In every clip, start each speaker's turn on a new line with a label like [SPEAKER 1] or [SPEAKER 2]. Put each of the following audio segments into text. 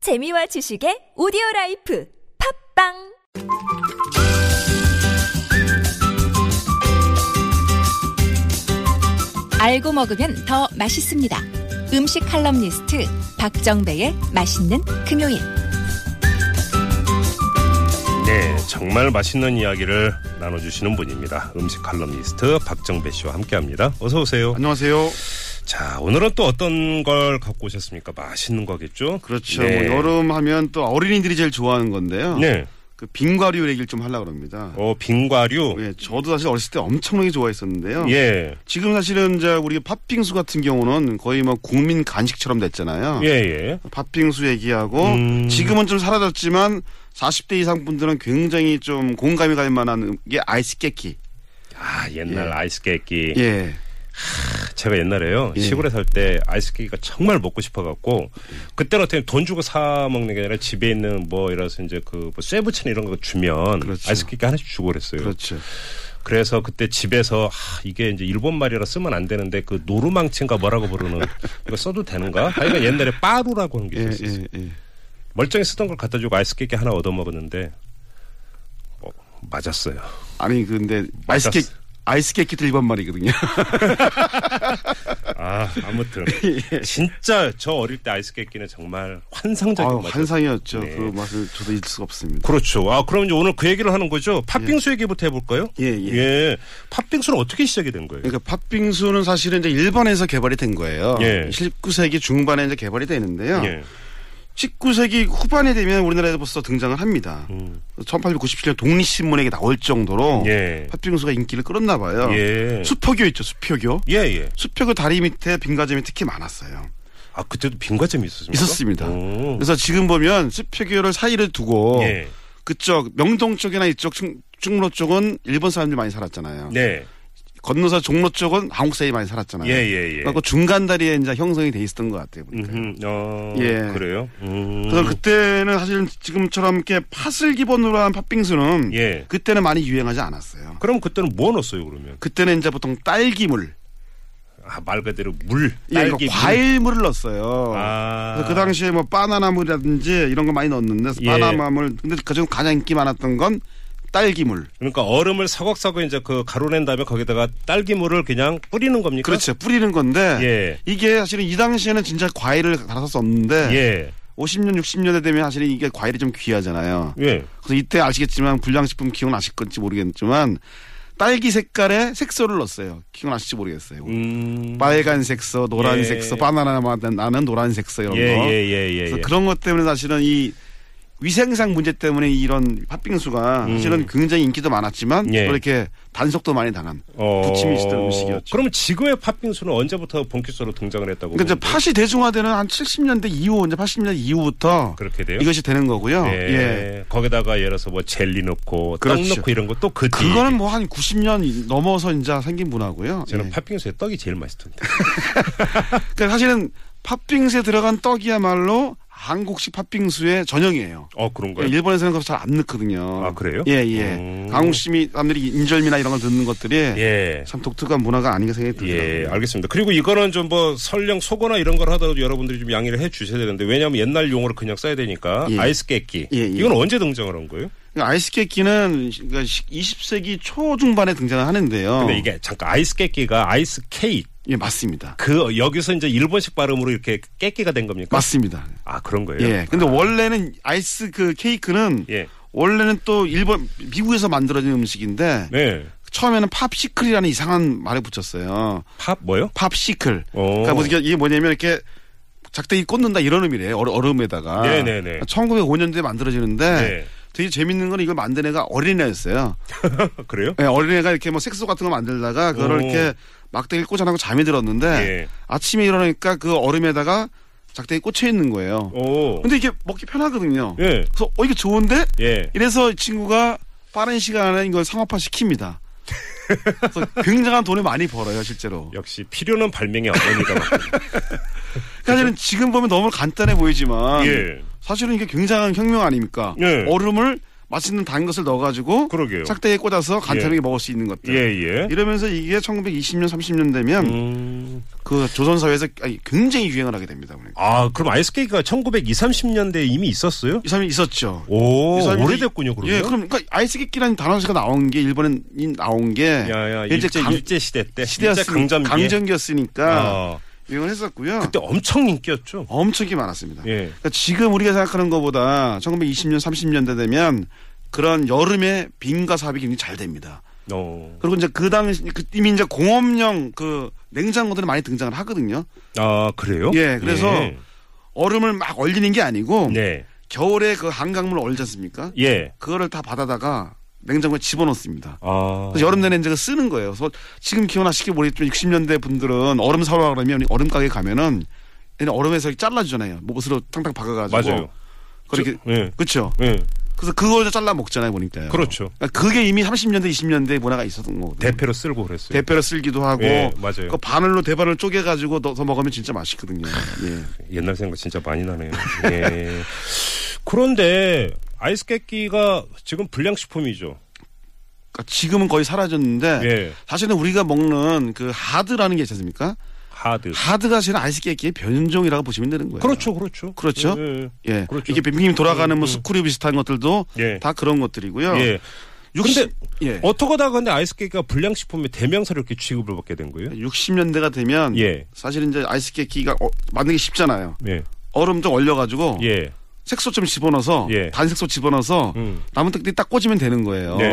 [SPEAKER 1] 재미와 지식의 오디오 라이프 팝빵
[SPEAKER 2] 알고 먹으면 더 맛있습니다. 음식 칼럼니스트 박정배의 맛있는 금요일.
[SPEAKER 3] 네, 정말 맛있는 이야기를 나눠주시는 분입니다. 음식 칼럼니스트 박정배 씨와 함께합니다. 어서 오세요.
[SPEAKER 4] 안녕하세요.
[SPEAKER 3] 자, 오늘은 또 어떤 걸 갖고 오셨습니까? 맛있는 거겠죠?
[SPEAKER 4] 그렇죠.
[SPEAKER 3] 네.
[SPEAKER 4] 뭐 여름 하면 또 어린이들이 제일 좋아하는 건데요.
[SPEAKER 3] 네,
[SPEAKER 4] 그 빙과류 얘기를 좀 하려고 합니다.
[SPEAKER 3] 어 빙과류.
[SPEAKER 4] 예, 저도 사실 어렸을 때 엄청나게 좋아했었는데요.
[SPEAKER 3] 예,
[SPEAKER 4] 지금 사실은 이제 우리 팥빙수 같은 경우는 거의 뭐 국민 간식처럼 됐잖아요.
[SPEAKER 3] 예, 예.
[SPEAKER 4] 팥빙수 얘기하고
[SPEAKER 3] 음.
[SPEAKER 4] 지금은 좀 사라졌지만 40대 이상 분들은 굉장히 좀 공감이 갈 만한 게 아이스 깨끼.
[SPEAKER 3] 아, 옛날
[SPEAKER 4] 예.
[SPEAKER 3] 아이스 깨끼.
[SPEAKER 4] 예.
[SPEAKER 3] 제가 옛날에요
[SPEAKER 4] 예.
[SPEAKER 3] 시골에 살 때 아이스 깨끼가 정말 먹고 싶어갖고 그때는 어떻게 돈 주고 사 먹는 게 아니라 집에 있는 뭐 이래서 이제 그뭐 쇠부채나 이런 거 주면
[SPEAKER 4] 그렇죠.
[SPEAKER 3] 아이스 깨끼 하나씩 주고 그랬어요.
[SPEAKER 4] 그렇죠.
[SPEAKER 3] 그래서 그때 집에서 하, 이게 이제 일본 말이라 쓰면 안 되는데 그 노루망친가 뭐라고 부르는 이거 써도 되는가? 하여간 옛날에 빠루라고 하는 게
[SPEAKER 4] 예,
[SPEAKER 3] 있었어요.
[SPEAKER 4] 예, 예.
[SPEAKER 3] 멀쩡히 쓰던 걸 갖다 주고 아이스 깨끼 하나 얻어 먹었는데 어, 맞았어요.
[SPEAKER 4] 아니 근데 아이스 깨
[SPEAKER 3] 맞았어.
[SPEAKER 4] 아이스 깨끼들 일반 말이거든요.
[SPEAKER 3] 아 아무튼
[SPEAKER 4] 예.
[SPEAKER 3] 진짜 저 어릴 때 아이스 깨끼는 정말
[SPEAKER 4] 아유,
[SPEAKER 3] 환상적인 맛이었어요.
[SPEAKER 4] 환상이었죠.
[SPEAKER 3] 네.
[SPEAKER 4] 그 맛을 저도 잊을 수가 없습니다.
[SPEAKER 3] 그렇죠. 아 그럼 이제 오늘 그 얘기를 하는 거죠. 팥빙수 얘기부터 해볼까요?
[SPEAKER 4] 예, 예.
[SPEAKER 3] 팥빙수는 어떻게 시작이 된 거예요?
[SPEAKER 4] 그러니까 팥빙수는 사실은 이제 일본에서 개발이 된 거예요.
[SPEAKER 3] 예.
[SPEAKER 4] 19세기 중반에 이제 개발이 되는데요.
[SPEAKER 3] 예.
[SPEAKER 4] 19세기 후반에 되면 우리나라에서 벌써 등장을 합니다. 1897년 독립신문에 나올 정도로
[SPEAKER 3] 음. 예.
[SPEAKER 4] 팥빙수가 인기를 끌었나 봐요.
[SPEAKER 3] 예.
[SPEAKER 4] 수표교 있죠, 수표교.
[SPEAKER 3] 예, 예.
[SPEAKER 4] 수표교 다리 밑에 빙과점이 특히 많았어요.
[SPEAKER 3] 아 그때도 빙과점이 있었습니까?
[SPEAKER 4] 있었습니다.
[SPEAKER 3] 오.
[SPEAKER 4] 그래서 뭐 지금 보면 수표교를 사이를 두고
[SPEAKER 3] 어. 예.
[SPEAKER 4] 그쪽 명동 쪽이나 이쪽 충, 충로 쪽은 일본 사람들이 많이 살았잖아요.
[SPEAKER 3] 네.
[SPEAKER 4] 건너서 종로 쪽은 한국 사람이 많이 살았잖아요.
[SPEAKER 3] 예, 예, 예.
[SPEAKER 4] 그래서 그 중간 다리에 이제 형성이 돼 있었던 것 같아요. 보니까.
[SPEAKER 3] 음, 어,
[SPEAKER 4] 예.
[SPEAKER 3] 그래요? 음.
[SPEAKER 4] 그래서 그때는 사실 지금처럼 이렇게 팥을 기본으로 한 팥빙수는
[SPEAKER 3] 예.
[SPEAKER 4] 그때는 많이 유행하지 않았어요.
[SPEAKER 3] 그럼 그때는 뭐 넣었어요, 그러면?
[SPEAKER 4] 그때는 이제 보통 딸기물,
[SPEAKER 3] 아, 말 그대로 물,
[SPEAKER 4] 예, 이거
[SPEAKER 3] 딸기, 물.
[SPEAKER 4] 과일물을 넣었어요.
[SPEAKER 3] 아.
[SPEAKER 4] 그래서 그 당시에 뭐 바나나물이라든지 이런 거 많이 넣었는데
[SPEAKER 3] 예.
[SPEAKER 4] 바나나물 근데 그중 가장 인기 많았던 건 딸기물.
[SPEAKER 3] 그러니까 얼음을 서걱서걱 이제 그 가루낸 다음에 거기다가 딸기물을 그냥 뿌리는 겁니까?
[SPEAKER 4] 그렇죠. 뿌리는 건데
[SPEAKER 3] 예.
[SPEAKER 4] 이게 사실은 이 당시에는 진짜 과일을 달아서 썼는데
[SPEAKER 3] 예.
[SPEAKER 4] 50년, 60년대 되면 사실 이게 과일이 좀 귀하잖아요.
[SPEAKER 3] 예.
[SPEAKER 4] 그래서 이때 아시겠지만 불량식품 기억나실 건지 모르겠지만 딸기 색깔에 색소를 넣었어요. 기억나실지 모르겠어요.
[SPEAKER 3] 음.
[SPEAKER 4] 빨간 색소, 노란
[SPEAKER 3] 예.
[SPEAKER 4] 색소, 바나나 맛 나는 노란 색소 이런
[SPEAKER 3] 예,
[SPEAKER 4] 거.
[SPEAKER 3] 예, 예, 예.
[SPEAKER 4] 그래서
[SPEAKER 3] 예.
[SPEAKER 4] 그런 것 때문에 사실은 이 위생상 문제 때문에 이런 팥빙수가 사실은 굉장히 인기도 많았지만
[SPEAKER 3] 음. 예.
[SPEAKER 4] 또 이렇게 단속도 많이 당한 부침이 있었던 음식이었죠.
[SPEAKER 3] 어. 그러면 지금의 팥빙수는 언제부터 본격적으로 등장을 했다고?
[SPEAKER 4] 그러니까 이제
[SPEAKER 3] 보는데?
[SPEAKER 4] 팥이 대중화되는 한 70년대 이후, 이제 80년대 이후부터
[SPEAKER 3] 그렇게 돼요?
[SPEAKER 4] 이것이 되는 거고요.
[SPEAKER 3] 예.
[SPEAKER 4] 예.
[SPEAKER 3] 거기다가 예를 들어서 뭐 젤리 넣고
[SPEAKER 4] 그렇죠.
[SPEAKER 3] 떡 넣고 이런 것도 그 뒤에
[SPEAKER 4] 그거는 뭐 한 90년 넘어서 이제 생긴 문화고요.
[SPEAKER 3] 저는
[SPEAKER 4] 예.
[SPEAKER 3] 팥빙수에 떡이 제일 맛있던데.
[SPEAKER 4] 그러니까 사실은 팥빙수에 들어간 떡이야말로 한국식 팥빙수의 전형이에요.
[SPEAKER 3] 어 그런가요?
[SPEAKER 4] 그러니까 일본에서는 그거 잘 안 넣거든요.
[SPEAKER 3] 아, 그래요?
[SPEAKER 4] 예, 예.
[SPEAKER 3] 음.
[SPEAKER 4] 한국식 사람들이 인절미나 이런 걸 넣는 것들이
[SPEAKER 3] 예.
[SPEAKER 4] 참 독특한 문화가 아닌가 생각이
[SPEAKER 3] 예,
[SPEAKER 4] 들더라고요.
[SPEAKER 3] 알겠습니다. 그리고 이거는 좀 뭐 설령 속어나 이런 걸 하더라도 여러분들이 좀 양해를 해 주셔야 되는데 왜냐하면 옛날 용어를 그냥 써야 되니까
[SPEAKER 4] 예.
[SPEAKER 3] 아이스 깨끼
[SPEAKER 4] 예, 예.
[SPEAKER 3] 이건 언제 등장을 한 거예요?
[SPEAKER 4] 그러니까 아이스 케이크는 그러니까 20세기 초중반에 등장을 하는데요.
[SPEAKER 3] 근데 이게 잠깐 아이스 깨끼가 아이스 케이크
[SPEAKER 4] 예, 맞습니다.
[SPEAKER 3] 그 여기서 이제 일본식 발음으로 이렇게 깨끼가 된 겁니까?
[SPEAKER 4] 맞습니다.
[SPEAKER 3] 아 그런 거예요?
[SPEAKER 4] 예. 근데 원래는 아이스 그 케이크는
[SPEAKER 3] 예.
[SPEAKER 4] 원래는 또 일본 미국에서 만들어진 음식인데
[SPEAKER 3] 네.
[SPEAKER 4] 처음에는 팝시클이라는 이상한 말에 붙였어요.
[SPEAKER 3] 팝 뭐요? 어.
[SPEAKER 4] 팝시클.
[SPEAKER 3] 오.
[SPEAKER 4] 그러니까 무슨 이게 뭐냐면 이렇게 작대기 꽂는다 이런 의미래요. 얼- 얼음에다가.
[SPEAKER 3] 네네네.
[SPEAKER 4] 1905년도에 만들어지는데
[SPEAKER 3] 네.
[SPEAKER 4] 되게 재밌는 건 이걸 만든 애가 어린애였어요.
[SPEAKER 3] 그래요?
[SPEAKER 4] 예, 어린애가 이렇게 뭐 색소 같은 거 만들다가 그거를
[SPEAKER 3] 오.
[SPEAKER 4] 이렇게 막대기 꽂아놓고 잠이 들었는데
[SPEAKER 3] 예.
[SPEAKER 4] 아침에 일어나니까 그 얼음에다가 작대기 꽂혀 있는 거예요.
[SPEAKER 3] 오.
[SPEAKER 4] 근데 이게 먹기 편하거든요.
[SPEAKER 3] 예.
[SPEAKER 4] 그래서 어 이거 좋은데
[SPEAKER 3] 예.
[SPEAKER 4] 이래서 이 친구가 빠른 시간에 이걸 상업화 시킵니다. 그래서 굉장한 돈을 많이 벌어요 실제로.
[SPEAKER 3] 역시 필요는 발명의 어머니가 맞군요.
[SPEAKER 4] 그러니까 사실은 지금 보면 너무 간단해 보이지만
[SPEAKER 3] 예.
[SPEAKER 4] 사실은 이게 굉장한 혁명 아닙니까?
[SPEAKER 3] 예.
[SPEAKER 4] 얼음을 맛있는 단 것을 넣어가지고
[SPEAKER 3] 그러게요.
[SPEAKER 4] 싹대기에 꽂아서 간편하게 먹을 수 있는 것들.
[SPEAKER 3] 예, 예.
[SPEAKER 4] 이러면서 이게 1920년, 30년 되면
[SPEAKER 3] 음.
[SPEAKER 4] 그 조선 사회에서 아니, 굉장히 유행을 하게 됩니다. 우리.
[SPEAKER 3] 아, 그럼 아이스케이크가 1920, 30년대에 이미 있었어요?
[SPEAKER 4] 이 사람이 있었죠.
[SPEAKER 3] 오,
[SPEAKER 4] 이 사람이
[SPEAKER 3] 오래됐군요, 그러면.
[SPEAKER 4] 예, 그럼 그러니까 아이스기끼라는 단어가 나온 게 일본에 나온 게
[SPEAKER 3] 야, 야,
[SPEAKER 4] 일제
[SPEAKER 3] 일제,
[SPEAKER 4] 강-
[SPEAKER 3] 일제 시대 때.
[SPEAKER 4] 예, 시대였으니-
[SPEAKER 3] 일제 강점기.
[SPEAKER 4] 강점기였으니까
[SPEAKER 3] 아,
[SPEAKER 4] 유행을 했었고요.
[SPEAKER 3] 그때 엄청 인기였죠.
[SPEAKER 4] 엄청 게 많았습니다.
[SPEAKER 3] 예.
[SPEAKER 4] 그러니까 지금 우리가 생각하는 것보다 1920년, 30년대 되면 그런 여름에 빙가 사업이 굉장히 잘 됩니다.
[SPEAKER 3] 어.
[SPEAKER 4] 그리고 이제 그 당시 그 이미 이제 공업용 그 냉장고들이 많이 등장을 하거든요.
[SPEAKER 3] 아, 그래요?
[SPEAKER 4] 예, 그래서
[SPEAKER 3] 예.
[SPEAKER 4] 얼음을 막 얼리는 게 아니고
[SPEAKER 3] 네.
[SPEAKER 4] 겨울에 그 한강물 얼지 않습니까?
[SPEAKER 3] 예.
[SPEAKER 4] 그거를 다 받아다가 냉장고에 집어넣습니다.
[SPEAKER 3] 아.
[SPEAKER 4] 그래서 여름 내내 이제 그거 쓰는 거예요. 그래서 지금 기억나시길 모르겠지만 60년대 분들은 얼음 사러 가려면 얼음 가게 가면은 얘는 얼음에서 이렇게 잘라주잖아요. 못으로 탕탕 박아가지고.
[SPEAKER 3] 맞아요.
[SPEAKER 4] 그렇게
[SPEAKER 3] 저- 예.
[SPEAKER 4] 그렇죠.
[SPEAKER 3] 예.
[SPEAKER 4] 그래서 그걸 잘라 먹잖아요, 보니까요.
[SPEAKER 3] 그렇죠.
[SPEAKER 4] 그러니까 그게 이미 30년대, 20년대 문화가 있었던 거거든요.
[SPEAKER 3] 대패로 쓸고 그랬어요.
[SPEAKER 4] 대패를 쓸기도 하고,
[SPEAKER 3] 예, 맞아요.
[SPEAKER 4] 그 바늘로 대바늘 쪼개가지고 넣어서 먹으면 진짜 맛있거든요. 예.
[SPEAKER 3] 옛날 생각 진짜 많이 나네요. 예. 그런데 아이스케이크가 지금 불량식품이죠.
[SPEAKER 4] 그러니까 지금은 거의 사라졌는데
[SPEAKER 3] 예.
[SPEAKER 4] 사실은 우리가 먹는 그 하드라는 게 있지 않습니까?
[SPEAKER 3] 하드.
[SPEAKER 4] 하드가 사실은 아이스케이크의 변종이라고 보시면 되는 거예요.
[SPEAKER 3] 예. 그렇죠, 그렇죠.
[SPEAKER 4] 그렇죠?
[SPEAKER 3] 예.
[SPEAKER 4] 예.
[SPEAKER 3] 그렇죠.
[SPEAKER 4] 이게 빙빙 돌아가는
[SPEAKER 3] 음, 음.
[SPEAKER 4] 뭐 스크류 비슷한 것들도
[SPEAKER 3] 예.
[SPEAKER 4] 다 그런 것들이고요.
[SPEAKER 3] 예.
[SPEAKER 4] 육십- 예.
[SPEAKER 3] 어떻게다가 근데 아이스케이크가 불량식품의 대명사로 이렇게 취급을 받게 된 거예요?
[SPEAKER 4] 60년대가 되면
[SPEAKER 3] 예.
[SPEAKER 4] 사실 이제 아이스케이크가 어, 만들기 쉽잖아요.
[SPEAKER 3] 예.
[SPEAKER 4] 얼음 좀 얼려가지고
[SPEAKER 3] 예.
[SPEAKER 4] 색소 좀 집어넣어서
[SPEAKER 3] 예.
[SPEAKER 4] 단색소 집어넣어서
[SPEAKER 3] 음.
[SPEAKER 4] 남은 떡들이 딱 꽂으면 되는 거예요.
[SPEAKER 3] 네.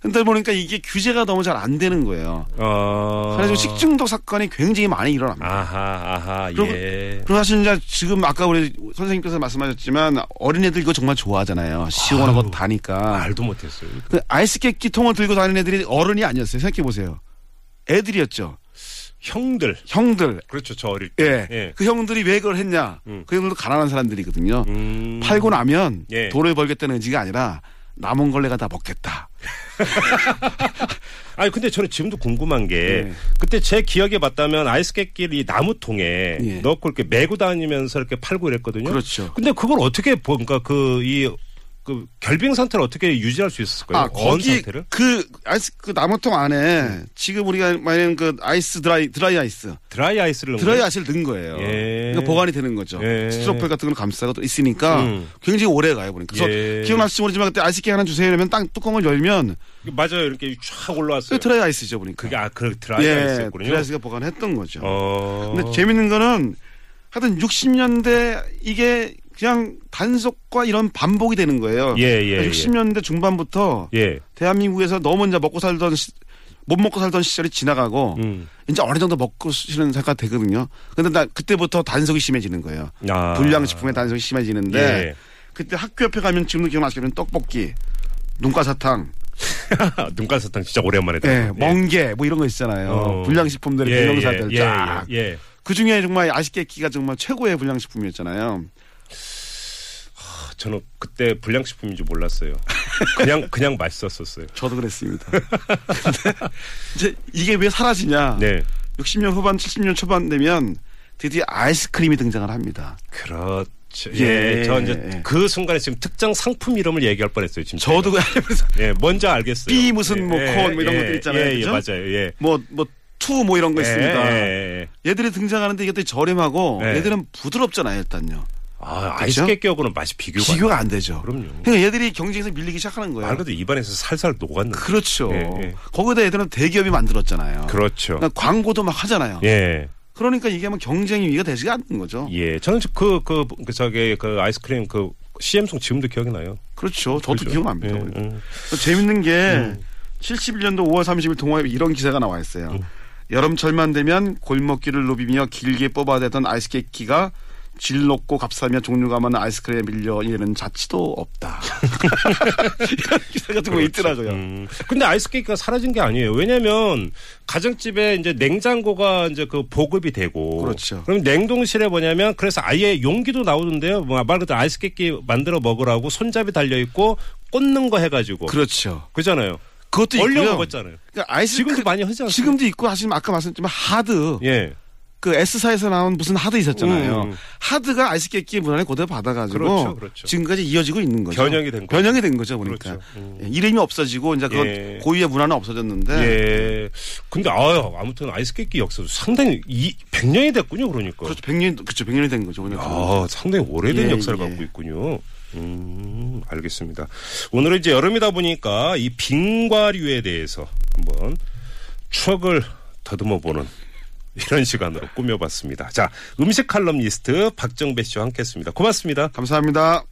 [SPEAKER 4] 근데 보니까 이게 규제가 너무 잘 안 되는 거예요.
[SPEAKER 3] 아.
[SPEAKER 4] 그래서 식중독 사건이 굉장히 많이 일어납니다.
[SPEAKER 3] 아하, 아하,
[SPEAKER 4] 그리고-
[SPEAKER 3] 예.
[SPEAKER 4] 그리고 사실 이제 지금 아까 우리 선생님께서 말씀하셨지만 어린애들 이거 정말 좋아하잖아요. 시원하고 다니까.
[SPEAKER 3] 말도 아, 못했어요.
[SPEAKER 4] 그 아이스케이크 통을 들고 다니는 애들이 어른이 아니었어요. 생각해 보세요. 애들이었죠.
[SPEAKER 3] 형들.
[SPEAKER 4] 형들.
[SPEAKER 3] 그렇죠, 저 어릴 때.
[SPEAKER 4] 예. 그 형들이 왜 그걸 했냐.
[SPEAKER 3] 음.
[SPEAKER 4] 그 형들도 가난한 사람들이거든요.
[SPEAKER 3] 음.
[SPEAKER 4] 팔고 나면
[SPEAKER 3] 예.
[SPEAKER 4] 돈을 벌겠다는 의지가 아니라 남은 걸 내가 다 먹겠다.
[SPEAKER 3] 아니 근데 저는 지금도 궁금한 게
[SPEAKER 4] 예.
[SPEAKER 3] 그때 제 기억에 맞다면 아이스깨끼리 나무통에
[SPEAKER 4] 예.
[SPEAKER 3] 넣고 이렇게 메고 다니면서 이렇게 팔고 이랬거든요.
[SPEAKER 4] 그렇죠.
[SPEAKER 3] 근데 그걸 어떻게 뭔가 그이 그 결빙 상태를 어떻게 유지할 수 있었을까요?
[SPEAKER 4] 아,
[SPEAKER 3] 어느
[SPEAKER 4] 거기
[SPEAKER 3] 상태를?
[SPEAKER 4] 그 아이스 그 나무통 안에
[SPEAKER 3] 음.
[SPEAKER 4] 지금 우리가 말하는 그 아이스 드라이 드라이 아이스
[SPEAKER 3] 드라이 아이스를 넣은
[SPEAKER 4] 드라이
[SPEAKER 3] 거예요?
[SPEAKER 4] 아이스를 넣은 거예요.
[SPEAKER 3] 음. 예.
[SPEAKER 4] 그러니까 보관이 되는 거죠.
[SPEAKER 3] 예.
[SPEAKER 4] 스티로폼 같은 걸 감싸고 또 있으니까
[SPEAKER 3] 음.
[SPEAKER 4] 굉장히 오래 가요 보니까. 그래서
[SPEAKER 3] 예.
[SPEAKER 4] 기억나실지 모르지만 그때 아이스케이크 하나 주세요 이러면 딱 뚜껑을 열면
[SPEAKER 3] 맞아요. 이렇게 쫙 올라왔어요.
[SPEAKER 4] 그게 드라이 아이스죠 보니까.
[SPEAKER 3] 그게 아, 그 드라이
[SPEAKER 4] 예,
[SPEAKER 3] 아이스였군요.
[SPEAKER 4] 드라이 아이스가 보관했던 거죠.
[SPEAKER 3] 어.
[SPEAKER 4] 근데 재밌는 거는 하여튼 60년대 이게 그냥 단속과 이런 반복이 되는 거예요. 그러니까
[SPEAKER 3] 예, 예, 예.
[SPEAKER 4] 60년대 중반부터
[SPEAKER 3] 예.
[SPEAKER 4] 대한민국에서 너무 이제 먹고 살던 시- 못 먹고 살던 시절이 지나가고
[SPEAKER 3] 음.
[SPEAKER 4] 이제 어느 정도 먹고 쉬는 생각 되거든요. 근데 나 그때부터 단속이 심해지는 거예요.
[SPEAKER 3] 아.
[SPEAKER 4] 불량식품의 단속이 심해지는데
[SPEAKER 3] 예.
[SPEAKER 4] 그때 학교 옆에 가면 지금도 기억나시겠지만 떡볶이, 눈가사탕,
[SPEAKER 3] 눈가사탕 진짜 오랜만에
[SPEAKER 4] 예,
[SPEAKER 3] 들어요.
[SPEAKER 4] 멍게 뭐 이런 거 있잖아요. 불량식품들의
[SPEAKER 3] 예,
[SPEAKER 4] 대명사들
[SPEAKER 3] 예,
[SPEAKER 4] 쫙.
[SPEAKER 3] 예, 예.
[SPEAKER 4] 그 중에 정말 아쉽게끼가 정말 최고의 불량식품이었잖아요.
[SPEAKER 3] 저는 그때 불량식품인 줄 몰랐어요. 그냥 그냥 맛있었었어요.
[SPEAKER 4] 저도 그랬습니다. 근데 이제 이게 왜 사라지냐?
[SPEAKER 3] 네.
[SPEAKER 4] 60년 후반, 70년 초반 되면 드디어 아이스크림이 등장을 합니다.
[SPEAKER 3] 그렇죠.
[SPEAKER 4] 예,
[SPEAKER 3] 예. 저 이제
[SPEAKER 4] 예.
[SPEAKER 3] 그 순간에 지금 특정 상품 이름을 얘기할 뻔했어요. 지금
[SPEAKER 4] 저도 그래서
[SPEAKER 3] 제가. 예, 뭔지 알겠어요.
[SPEAKER 4] 삐 무슨 뭐 콘, 뭐 이런 것들 있잖아요.
[SPEAKER 3] 예, 예,
[SPEAKER 4] 그죠?
[SPEAKER 3] 맞아요. 예.
[SPEAKER 4] 뭐뭐 투 뭐 이런 거 있습니다.
[SPEAKER 3] 예, 예, 예.
[SPEAKER 4] 얘들이 등장하는데 이것도 저렴하고
[SPEAKER 3] 예.
[SPEAKER 4] 얘들은 부드럽잖아요 일단요.
[SPEAKER 3] 아, 아이스케이크하고는 맛이 비교가 안
[SPEAKER 4] 비교가 안 되죠.
[SPEAKER 3] 그럼요.
[SPEAKER 4] 그러니까 얘들이 경쟁에서 밀리기 시작하는
[SPEAKER 3] 돼요.
[SPEAKER 4] 거예요.
[SPEAKER 3] 말 그대로 입안에서 살살 녹았는데.
[SPEAKER 4] 네. 그렇죠.
[SPEAKER 3] 예, 예.
[SPEAKER 4] 거기다 얘들은 대기업이 만들었잖아요.
[SPEAKER 3] 그렇죠.
[SPEAKER 4] 그러니까 광고도 막 하잖아요.
[SPEAKER 3] 예.
[SPEAKER 4] 그러니까 이게 뭐 경쟁이 위가 되지가 않는 거죠.
[SPEAKER 3] 예. 저는 그, 그, 그, 저기, 그 아이스크림 그 CM송 지금도 기억이 나요.
[SPEAKER 4] 그렇죠. 저도
[SPEAKER 3] 그죠?
[SPEAKER 4] 기억납니다.
[SPEAKER 3] 예, 음.
[SPEAKER 4] 또 재밌는 게 71년도 5월 30일 동화에 이런 기사가 나와 있어요.
[SPEAKER 3] 음.
[SPEAKER 4] 여름철만 되면 골목길을 누비며 길게 뽑아대던 아이스케이크가 질 높고 값싸며 종류가 많은 아이스크림에 밀려 이르는 자취도 없다. 이런 기사 같은 거 있더라고요.
[SPEAKER 3] 음. 근데 아이스케이크가 사라진 게 아니에요. 왜냐면 가정집에 이제 냉장고가 이제 그 보급이 되고
[SPEAKER 4] 그렇죠.
[SPEAKER 3] 럼 냉동실에 뭐냐면 그래서 아예 용기도 나오던데요. 뭐말 그대로 아이스케이크 만들어 먹으라고 손잡이 달려 있고 꽂는 거 해가지고
[SPEAKER 4] 그렇죠.
[SPEAKER 3] 그잖아요.
[SPEAKER 4] 그것도
[SPEAKER 3] 얼려
[SPEAKER 4] 있고요.
[SPEAKER 3] 먹었잖아요.
[SPEAKER 4] 그러니까 아이스크림
[SPEAKER 3] 지금도 많이 하지 않습니까?
[SPEAKER 4] 지금도 있고 하시면 아까 말씀드렸지만 하드
[SPEAKER 3] 예.
[SPEAKER 4] 그 S사에서 나온 무슨 하드 있었잖아요.
[SPEAKER 3] 음.
[SPEAKER 4] 하드가 아이스케이키 문화를 그대로 받아가지고
[SPEAKER 3] 그렇죠, 그렇죠.
[SPEAKER 4] 지금까지 이어지고 있는 거죠.
[SPEAKER 3] 변형이 된 거죠.
[SPEAKER 4] 변형이 된 거죠, 보니까.
[SPEAKER 3] 그렇죠. 음.
[SPEAKER 4] 예, 이름이 없어지고 이제 그
[SPEAKER 3] 예.
[SPEAKER 4] 고유의 문화는 없어졌는데
[SPEAKER 3] 예. 근데 아유, 아무튼 아이스케이키 역사도 상당히 이 100년이 됐군요, 그러니까.
[SPEAKER 4] 그렇죠, 100년 그렇죠, 100년이 된 거죠. 그냥
[SPEAKER 3] 아, 상당히 오래된
[SPEAKER 4] 예,
[SPEAKER 3] 역사를
[SPEAKER 4] 예.
[SPEAKER 3] 갖고 있군요. 음, 알겠습니다. 오늘은 이제 여름이다 보니까 이 빙과류에 대해서 한번 추억을 더듬어 보는 이런 시간으로 꾸며봤습니다. 자, 음식 칼럼니스트 박정배 씨와 함께 했습니다. 고맙습니다.
[SPEAKER 4] 감사합니다.